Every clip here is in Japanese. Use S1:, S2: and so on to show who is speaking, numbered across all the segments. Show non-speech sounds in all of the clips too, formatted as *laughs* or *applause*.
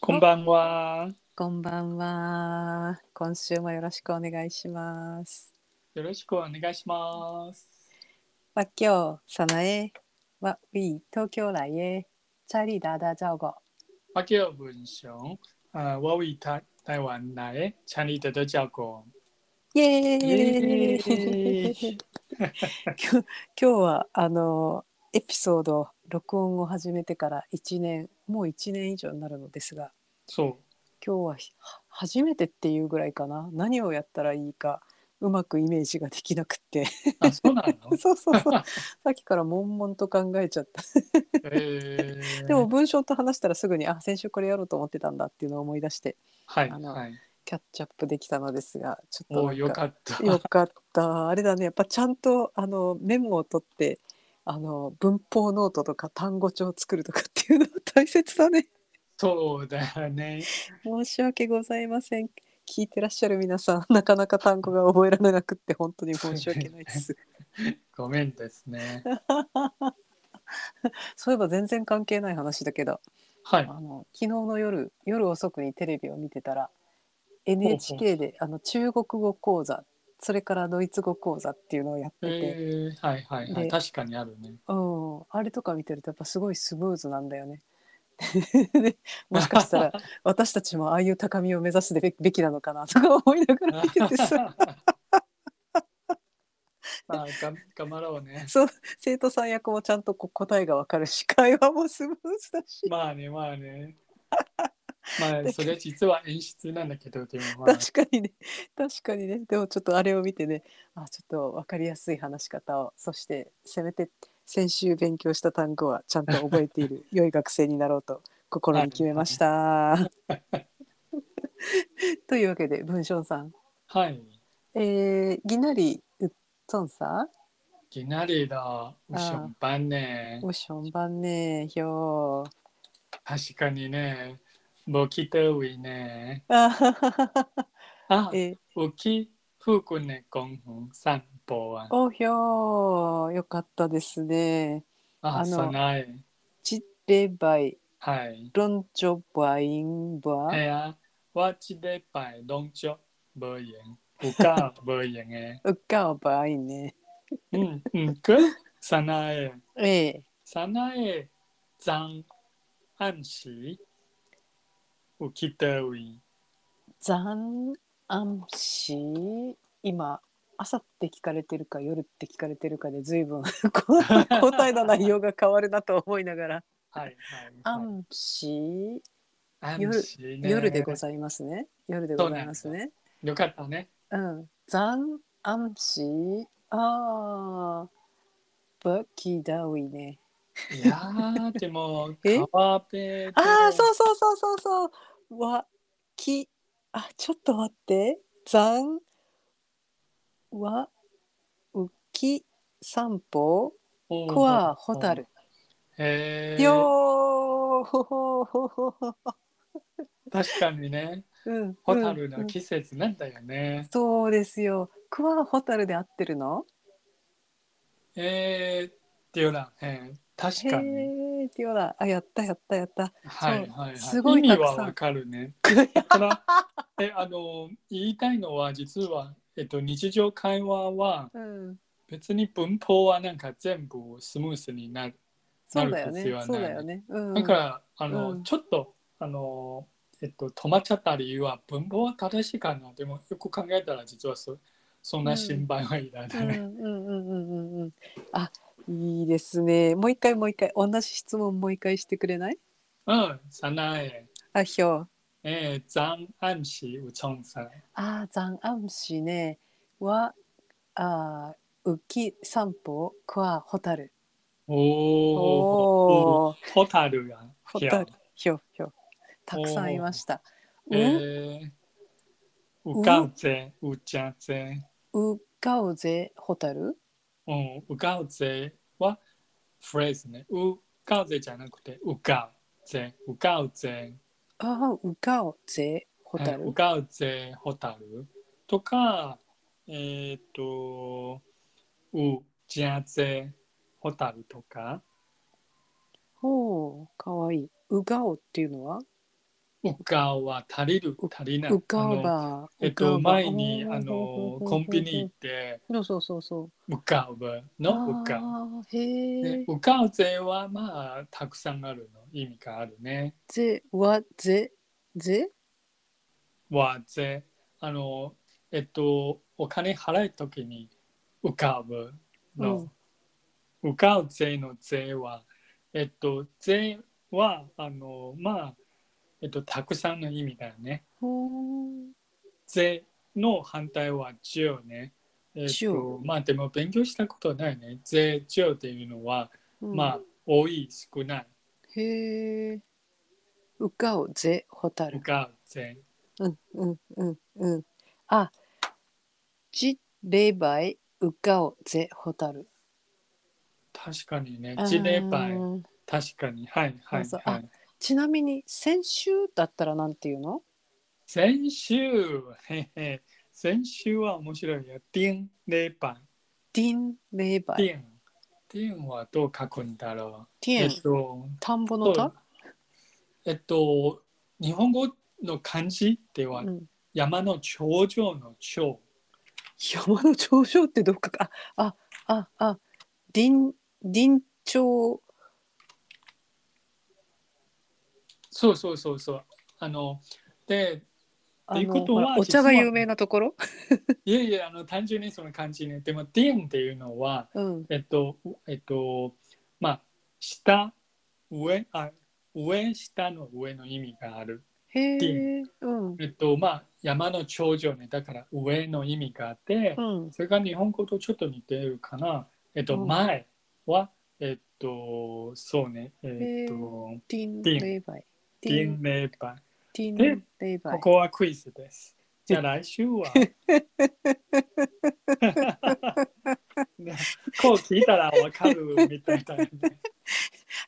S1: こんばんは。
S2: こんばんは。今週もよろしくお願いします。
S1: よろしくお願いします。
S2: わっきょう、さなえ、わっび、東京来へ、チャリダダジャオゴ。
S1: 我叫文雄，呃，我为台台湾来参与的教国。
S2: イ
S1: イ
S2: エ
S1: エ
S2: ーイ
S1: ーイ
S2: 今日 *laughs* 今日はあのエピソード録音を始めてから1年もう1年以上になるのですが
S1: そ
S2: 今日はひは初めてっていうぐらいかな何をやったらいいかうまくイメージができなく *laughs* って。
S1: う、あ、そうなの
S2: *laughs* そうそうそうさっきから悶々と考えちゃった
S1: えー
S2: でも、文章と話したらすぐにあ先週これやろうと思ってたんだっていうのを思い出して
S1: はい、
S2: あの
S1: はい、
S2: キャッチアップできたのですがちょっと
S1: おお、
S2: なん
S1: よ
S2: か
S1: かった。
S2: よかった。あれだね。やっぱちゃんとあのメモを取って、あの文法ノートとか単語帳を作るとかっていうのは大切だね。
S1: そうだよね。
S2: *laughs* 申し訳ございません。聞いてらっしゃる皆さん、なかなか単語が覚えられなくって本当に申し訳ない *laughs* です。
S1: ごめんです
S2: *laughs*
S1: ね。
S2: そういえば全然関係ない話だけど、
S1: は
S2: あ
S1: い。
S2: の昨日の夜夜遅くにテレビを見てたら、NHK であの中国語講座、それからドイツ語講座っていうのをやって
S1: え
S2: て。
S1: ー、はい、はい、は
S2: で
S1: い、確かにある
S2: *laughs*
S1: ね。
S2: うん、あれとか見てるとやっぱすごいスムーズなんだよね。 *laughs* でもしかしたら私たちもああいう高みを目指すべべきなのかなとか思いながら見て
S1: *laughs*
S2: てさ
S1: あ、がん、頑張ろうね。
S2: *laughs* そう生徒さん役もちゃんとこう答えがわかるし会話もスムーズだし、
S1: まあね、まあ
S2: *laughs*
S1: ね。まあ、それ実は演出なんだけど、でも、まあ、
S2: 確かにね *laughs* 確かにねでもちょっとあれを見てねあちょっと分かりやすい話し方をそしてせめて先週勉強した単語はちゃんと覚えている良い学生になろう *laughs* と心に決めました。 *laughs* というわけで文章さん
S1: はい。
S2: えー、ぎなりうっとんさ
S1: きなりだ、うしょんばんね。
S2: おしょんばんねひょー
S1: 確かにね。ぼきとういね。
S2: あはははは
S1: あ、
S2: *laughs* え
S1: うき、ふくねこんふん散歩は。
S2: おひょーよかったですね
S1: あ、
S2: あの
S1: さない。
S2: ちればい
S1: はい。
S2: ろんちょばいんば
S1: えや、わちでぱい、どんちょ、ぼいえん。うか、ぼいえんえ。
S2: うっかおばいね
S1: うん、うんく、さない。
S2: ええ
S1: さなえ、ざん、あんし、うきとうい。
S2: ざんあんし今朝って聞かれてるか夜って聞かれてるかで随分 *laughs* こう答えの内容が変わるなと思いながら
S1: はいはい
S2: 「あ
S1: はい。
S2: んし」
S1: あ
S2: 夜
S1: しね
S2: 夜でございますね。夜でございますね。
S1: よかったね。
S2: うん。ザンアンシーああバキダウイね。
S1: いやー、でも、
S2: *laughs* え
S1: 川辺で。
S2: ああそうそうそうそうそう。わきあちょっと待って。ザンわうき散歩
S1: おー
S2: コアホタル。。
S1: へえ。
S2: よーほほほほほ。
S1: 確かにね、
S2: うん。
S1: ホタル
S2: うんう
S1: の
S2: ん
S1: 季節なんだよね。
S2: そうですよ。クワホタルで合ってるの？
S1: えー、っていうな、えー、確かに。
S2: へー、ディオラ、あ、やったやったやった。
S1: はいはいはい。
S2: すごい
S1: 意
S2: た
S1: 味
S2: くさん
S1: はわかるね。
S2: く
S1: ただ、え、あの、言いたいのは、実は、えっと、日常会話は、
S2: うん、
S1: 別に文法はなんか全部スムースになる。
S2: そうだよね
S1: なる必要は。ない
S2: そうだよね。うん、
S1: だから、あの、
S2: うん
S1: ちょっと、あの、えっと、止まっちゃった理由は文法は正しいかな。でも、よく考えたら、実はそ、そんな心配はいら
S2: うん、う、
S1: なんい。
S2: うん、うん、うん、うん。あ、いいですね。もう一回、もう一回、同じ質問もう一回してくれない。
S1: うん、さない。
S2: あ、ひょう。
S1: えー、ザンアンシウチョンさん。
S2: あ、ザンアムシね。は。あ、浮き散歩、クワホタル。
S1: おお。
S2: おー、
S1: ホタルが。
S2: ホタル。ひょう、ひょう。たくさんいました。
S1: いや。えー、うかうぜ、うちゃぜ。
S2: う、うかうぜ、ホタル。
S1: うん、うかうぜはフレーズね。うかうぜじゃなくて、うかうぜ、うかうぜ。
S2: あー、うかうぜ、ホタ
S1: えー
S2: ル
S1: う。かうぜ、ホタル。とか、えっ、と、うちゃぜ、ホタルとか。
S2: ほう、かわいい。うがおっていうのは
S1: うかは足りる足りない。
S2: うか
S1: あの
S2: ば。
S1: えっ
S2: うか
S1: と、
S2: ば
S1: 前にあの
S2: うん
S1: コンビニ行って、
S2: そうそうそうそう。
S1: うかうばのうか。
S2: あーへ
S1: で
S2: え。
S1: うかうぜはまあたくさんあるの意味があるね。
S2: ぜはぜぜ
S1: わぜあのえっとお金払うときにうかうの、うかうぜのぜはえっとぜはあのまあえっとたくさんの意味だよね。
S2: ほーん
S1: ぜの反対は十ね。えっ
S2: 十
S1: とまあでも勉強したことないね。ぜ十っていうのは、
S2: うん
S1: まあ多い少ない
S2: へえ。うかおぜほたる。
S1: がぜ。
S2: うんうんうんうん。あ、じ霊媒うかおぜほたる。
S1: 確かにね。事例
S2: あ
S1: 牌
S2: ー
S1: 確かにはいはい
S2: そうそう
S1: は
S2: あ
S1: い。
S2: ちなみに先週だったらなんていうの？
S1: 先週へへ先週は面白いよ。ディン霊牌。
S2: ディン霊媒。
S1: ディン。ディンはどう書くんだろう。
S2: ティ
S1: え
S2: エン
S1: っと
S2: 田んぼの田？
S1: えっと日本語の漢字では
S2: うん。
S1: 山の頂上の頂。
S2: 山の頂上ってどっかかああああ林林頂
S1: そうそうそうそう。あの、で、
S2: あ
S1: っていうこ
S2: の
S1: と
S2: ほ
S1: は
S2: らお茶が有名なところ、
S1: いえいえ、あの、単純にその漢字ね。でも、ディンっていうのは、
S2: うん、
S1: えっと、えっと、まあ、下、上、あ、上、下の上の意味がある。
S2: へえうん
S1: えっと、まあ、山の頂上ね。だから、上の意味があって
S2: う、ん
S1: それが日本語とちょっと似てるかな。えっと、
S2: うん
S1: 前は、えっと、そうね。えっ
S2: へ
S1: と、
S2: 林
S1: 林
S2: 霊媒
S1: ディンレバ
S2: 林
S1: で
S2: 霊
S1: こ
S2: 媒
S1: こはクイズです。じゃあ来週
S2: *laughs*
S1: は。 *laughs* ねこう聞いたらわかるみたいな、ね。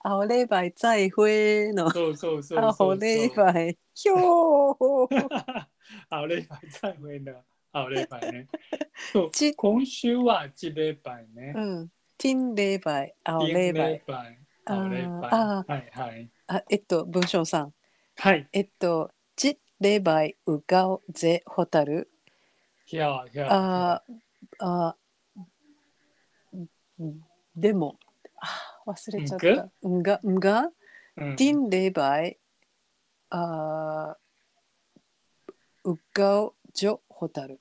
S2: 青霊媒再会の
S1: そうそうそうそうそ
S2: 青
S1: う。
S2: 霊媒ひょ
S1: *laughs*
S2: ー
S1: あればい最後の。あればね。そう
S2: ち
S1: 今週は一礼拝ね
S2: う。ん林霊媒青
S1: 一
S2: 霊媒
S1: 拝。あれば
S2: あ。
S1: はいはい。
S2: あえっと文章さん
S1: はい。
S2: えっと「じ霊媒うがおぜほたる」
S1: いやいや。
S2: あーあーんでもあー忘れちゃった。んがんが
S1: うん
S2: ディンレバイあーうがおじょホタル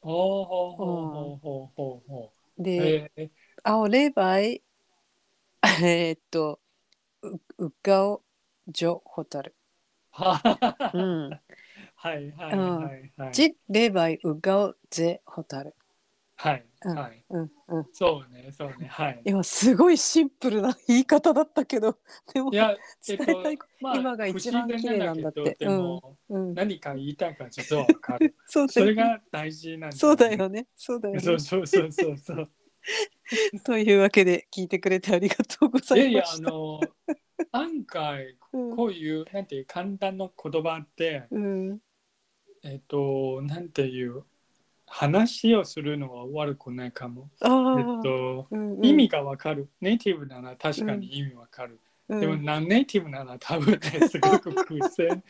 S1: ほうほうほうほうほうほう。
S2: で、
S1: えー *laughs*
S2: あおレバイ *laughs* えーっとううがおじょホタル。
S1: は
S2: うん。
S1: はいはいはいはい。
S2: じレバイうがおぜホタル。
S1: はい、
S2: うん
S1: はい。
S2: うんうん。
S1: そうね、そうね、はい。
S2: 今すごいシンプルな言い方だったけど、でも
S1: いや、え
S2: 伝
S1: っ
S2: え
S1: と
S2: たいこ、
S1: まあ、
S2: 今が一番
S1: 不自
S2: 綺
S1: 然
S2: 麗なんだって
S1: けどでも、
S2: と。うん。
S1: 何か言いたいか実はわか
S2: *laughs*
S1: る。
S2: そうだ
S1: そ
S2: よ
S1: れ
S2: ね。
S1: が大事なんだ、
S2: そうだ。よね。そうだ
S1: *laughs*
S2: よ
S1: そう
S2: ね。
S1: そうそうそう
S2: *laughs*
S1: そう。
S2: というわけで聞いてくれてありがとうござ
S1: いやい
S2: い
S1: や
S2: ま、し
S1: あ
S2: た。
S1: の、案外、
S2: うん
S1: こういう、なんていう、簡単な言葉って、
S2: うん。
S1: えっと、なんていう、話をするのは悪くないかも。
S2: あ
S1: えっ
S2: あ。
S1: と、
S2: うんうん
S1: 意味がわかる。ネイティブなら確かに意味わかる。
S2: うん
S1: でも、ナンネイティブなら多分ね、すごく苦
S2: *laughs*
S1: 戦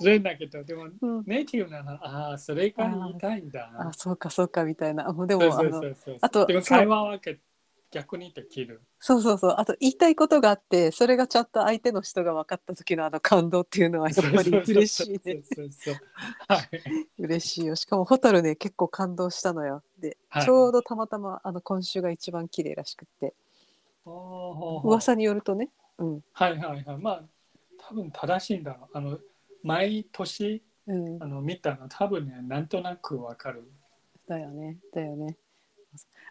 S1: するんだけど、でも、
S2: うん
S1: ネイティブなら、ああ、それが言いたいんだ。
S2: あ、そうかそうかみたいな。もうで
S1: そう
S2: もあ
S1: そう
S2: の
S1: そうそう。
S2: あと
S1: でも
S2: そう
S1: 会話はけ逆にできる。
S2: そうそうそう。あと言いたいことがあって、それがちゃんと相手の人が分かった時のあの感動っていうのはやっぱり嬉しいね。
S1: そうそうそうはい。
S2: 嬉しいよ。しかもホタルね結構感動したのよ。で、
S1: はい
S2: ちょうどたまたまあの今週が一番綺麗らしくって、
S1: おー
S2: 噂によるとね。うん
S1: はいはいはい。まあ、多分正しいんだろう。あの、毎年、
S2: うん
S1: あ。の、見たの、多分ね、なんとなくわかる。
S2: だよね。だよね。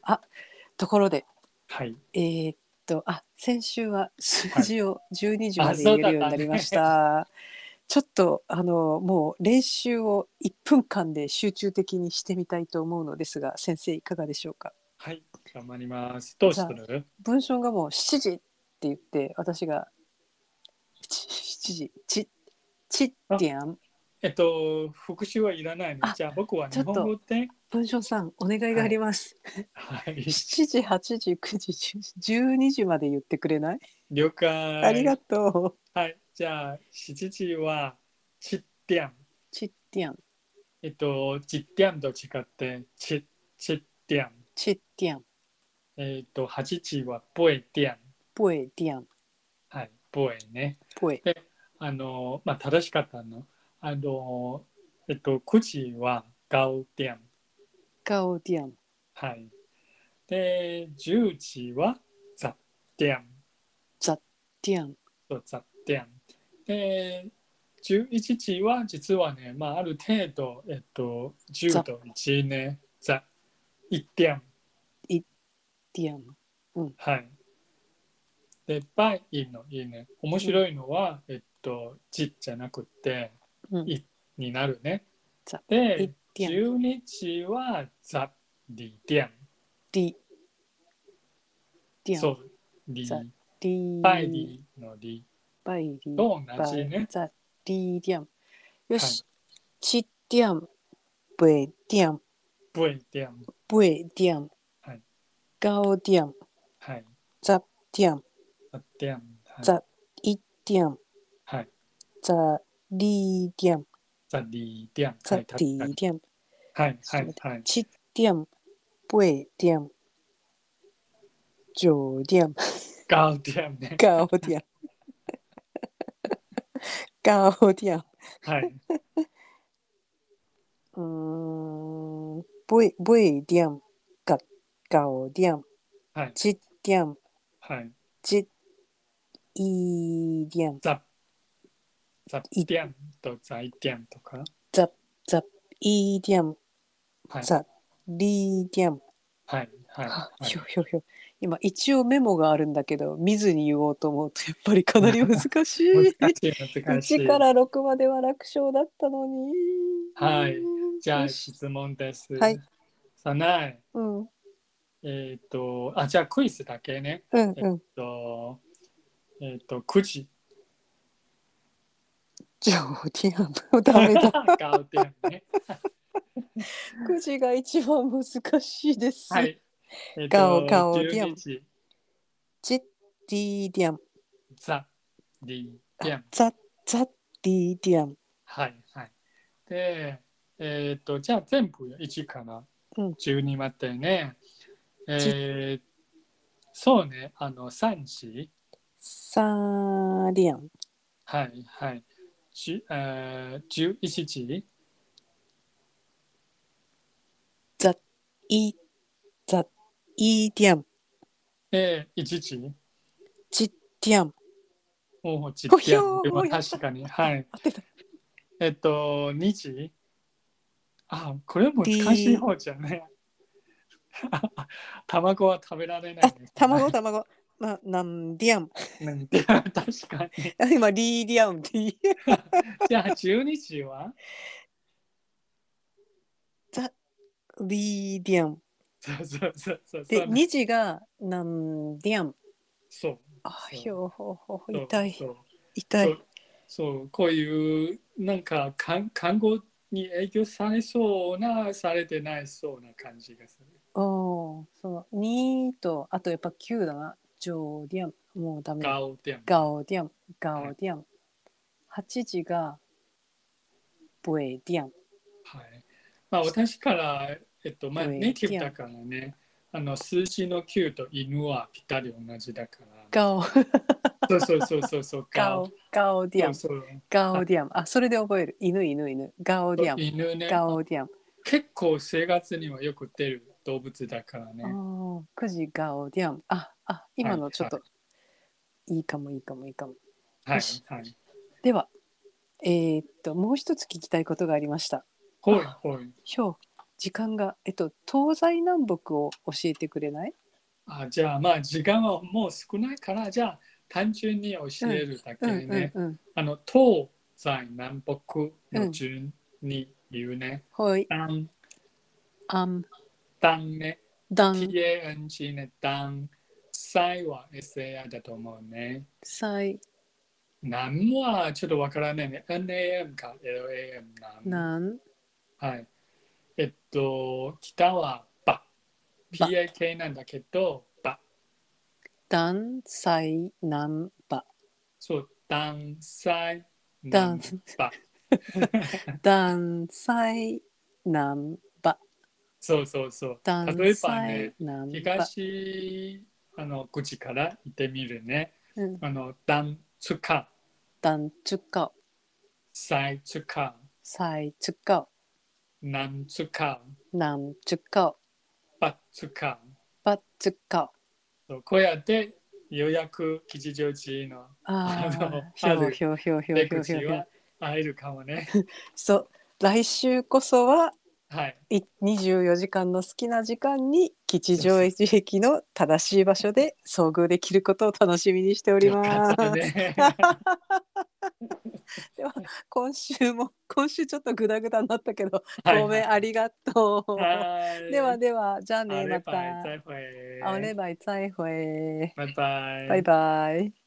S2: あ、ところで、
S1: はい。
S2: えーっと、あ、先週は数字を12時まで
S1: あそ
S2: 入
S1: うだ
S2: れ
S1: ったね
S2: るようになりました。ちょっとあのもう練習を1分間で集中的にしてみたいと思うのですが先生いかがでしょうか
S1: はい。頑張ります。どうする
S2: 文章がもう7時って言って私が7時ちちってやん
S1: えっと、復習はいらないの
S2: あ。
S1: じゃあ、僕は
S2: ちょ
S1: 日
S2: っと
S1: 本語で。
S2: 文章さんお願いがあります、
S1: はい。
S2: 7時8時9時10 12時まで言ってくれない、
S1: 了解。
S2: ありがとう
S1: はい。じゃあ、7時は、チッティアン。
S2: チッティアン、
S1: えっと、チッティアンと違って、チッ、チッティアン。
S2: チッティアン、
S1: えっと、八チはポエティアン。
S2: ポエディアン、
S1: はい、ポエね。
S2: ポエ。
S1: あの、まあ、正しかったの。あの、えっと、口はガウディアン。
S2: ガオディアン、
S1: はい。で、十字はザディアン。
S2: ディアン、
S1: そう雑点。で、11時は実はね、まあ、ある程度、えっと、10度1ね、ざ1点。
S2: ディアン。
S1: はい。で、ばいいの、いいね。面白いのは、えっと、じじゃなくて、
S2: うん
S1: いになるね
S2: ざ。
S1: で、
S2: ディアン、
S1: 12時はざり点。
S2: ディ、ディア
S1: そ
S2: ン、
S1: う、り、
S2: ざディ、
S1: ばい、りのり
S2: バイリー。
S1: と同
S2: バ
S1: じね。
S2: ザリディアン。よし、チッディアン、ブエディアン、
S1: ぶい点。
S2: ブエディアン
S1: はい、
S2: ガオディアン、
S1: はい。
S2: ザディアン、
S1: ざ点。はい
S2: ザイディアン、
S1: はい。
S2: ザリディアン、
S1: ザリディアン。
S2: ザ
S1: はい
S2: リディアン、
S1: はい、はい、はい。
S2: チッディアン、ブエディアン、ジョーディアン、
S1: ガウディアン
S2: *laughs*
S1: ね。
S2: ガオディアン、ガオディアン、
S1: はい。
S2: うーん、ブエブエディアン、ガガオディアン、
S1: はい。
S2: チッディアン、
S1: はい。
S2: ジイディアン、
S1: ザ、ザディアンとザイディアンとか。
S2: ザ、ザ、イディアン、
S1: はい。
S2: ザ、リディアン。
S1: はい。はい。
S2: あ
S1: はい
S2: ひょひょひょ。今一応メモがあるんだけど、見ずに言おうと思うとやっぱりかなり難しい。
S1: 難しい、難し
S2: 1
S1: い
S2: か。ら6までは楽勝だったのに。
S1: はいじゃ
S2: よ
S1: あ
S2: し
S1: 質問です。
S2: はい。
S1: さない。
S2: うん、うん、
S1: えっ、と、あ、じゃあクイズだけね。
S2: うん。
S1: と、えっ、と、9時。
S2: ジョーディアンも
S1: *laughs*
S2: ダメだ。
S1: ガウディアンね。
S2: くじが一番難しいです。
S1: はい。えっ
S2: ガオガオディアン
S1: 12時
S2: ジッディディアン、
S1: ザ、リ、ディアン。
S2: ザ、ザ、ディディアン。
S1: はいはい。で、えーっと、じゃあ全部1から
S2: うん
S1: 12までね。えーそうね、あの、3時。
S2: サーディアン、
S1: はいはい。じえー、11時。
S2: ザ、イ、ザ、イディアン、
S1: で、1時。
S2: チッディアン。
S1: おお、ちっ
S2: ご
S1: ちゃい
S2: 評。
S1: でも
S2: ご評
S1: 確かに。はい。
S2: 当てた。
S1: えっと、2時。あ、これも難しい方じゃね。 *laughs* 卵は食べられない、
S2: あ
S1: ね。、
S2: 卵、卵。まあ、なんディアン。
S1: なんて *laughs* 確かに。
S2: あ *laughs* 今、リーディアンって言い。
S1: じゃあ12時は
S2: ザ、リーディアン。
S1: そうそうそうそう。
S2: で、
S1: そう
S2: 二時が、なんディアン。
S1: そう
S2: あ、
S1: そう
S2: ひょうほうほう
S1: そう
S2: 痛い
S1: そ、う
S2: 痛
S1: そ。
S2: いう
S1: そうこういうなんか看看護に影響されそうなされてないそうな感じがする。
S2: おお、その、二と、あとやっぱ九だな。ジョーディアン。もうダメだ。
S1: ガオディアン。
S2: ガオディアン、ガオディアン。八時が、ボエディアン。
S1: はい。まあ私からえっとまあ
S2: うん
S1: ネイティブだからね。あの数字の9と犬はぴったり同じだから。
S2: ガオ、
S1: そうそうそうそうそう。
S2: ガオ、ガオディアン。
S1: そうそう
S2: ガオディアム。あ、それで覚える。犬、犬、犬。ガオディアム。
S1: 犬ね。
S2: ガオディアム。
S1: 結構生活にはよく出る動物だからね。
S2: ああ、くじガオディアム。あ、あ、今のちょっと、いいかも、いいかも、いいかも。
S1: はい
S2: よし
S1: はい。
S2: では、えーっと、もう一つ聞きたいことがありました。
S1: ほいほい。
S2: ひょう、時間が、えっと、東西南北を教えてくれない
S1: あじゃあまあ時間はもう少ないからじゃあ単純に教えるだけ
S2: うん
S1: ね、
S2: うんうん。
S1: あの東西南北の順に言うね、
S2: ほい、
S1: ダン
S2: あん、
S1: ダンね
S2: だん、
S1: TANG ねダン西は SAI だと思うね
S2: さい、
S1: 南はちょっとわからないね NAM か LAM 南
S2: なん、
S1: はいえっと北はバ
S2: バ
S1: PAK なんだけどバ
S2: だん、さい、なん、ば。
S1: そうダン西
S2: ダン
S1: バ
S2: 断裁難波
S1: そうそうそう。
S2: 断
S1: 例えばね
S2: 裁、難波、
S1: 東あの口から言ってみるね。
S2: うん、
S1: あの、断つか、
S2: 断中高
S1: 再つか、
S2: 裁中高
S1: なんつか、
S2: 難中高
S1: ばつか。
S2: 波中高
S1: そうこうやって、ようやく吉祥寺の
S2: あ
S1: あの
S2: あひょ
S1: あ
S2: う
S1: る
S2: ひょうひょうひょう
S1: 出
S2: ひょうひょ
S1: 口
S2: うひょう
S1: は会えるかも
S2: *laughs*
S1: ね。
S2: そう来週こそは
S1: はい。
S2: い24時間の好きな時間に吉祥寺駅の正しい場所で遭遇できることを楽しみにしており
S1: よ
S2: ま
S1: か
S2: す
S1: っ。たね。
S2: では今週も *laughs* 今週ちょっとグダグダになったけど、
S1: はい
S2: *laughs* ごめんありがとう。
S1: はい。
S2: ではではじゃあね
S1: あれ
S2: ま
S1: ばい
S2: た。
S1: 再会
S2: あればい再会。
S1: 拜拜。
S2: バイバイ。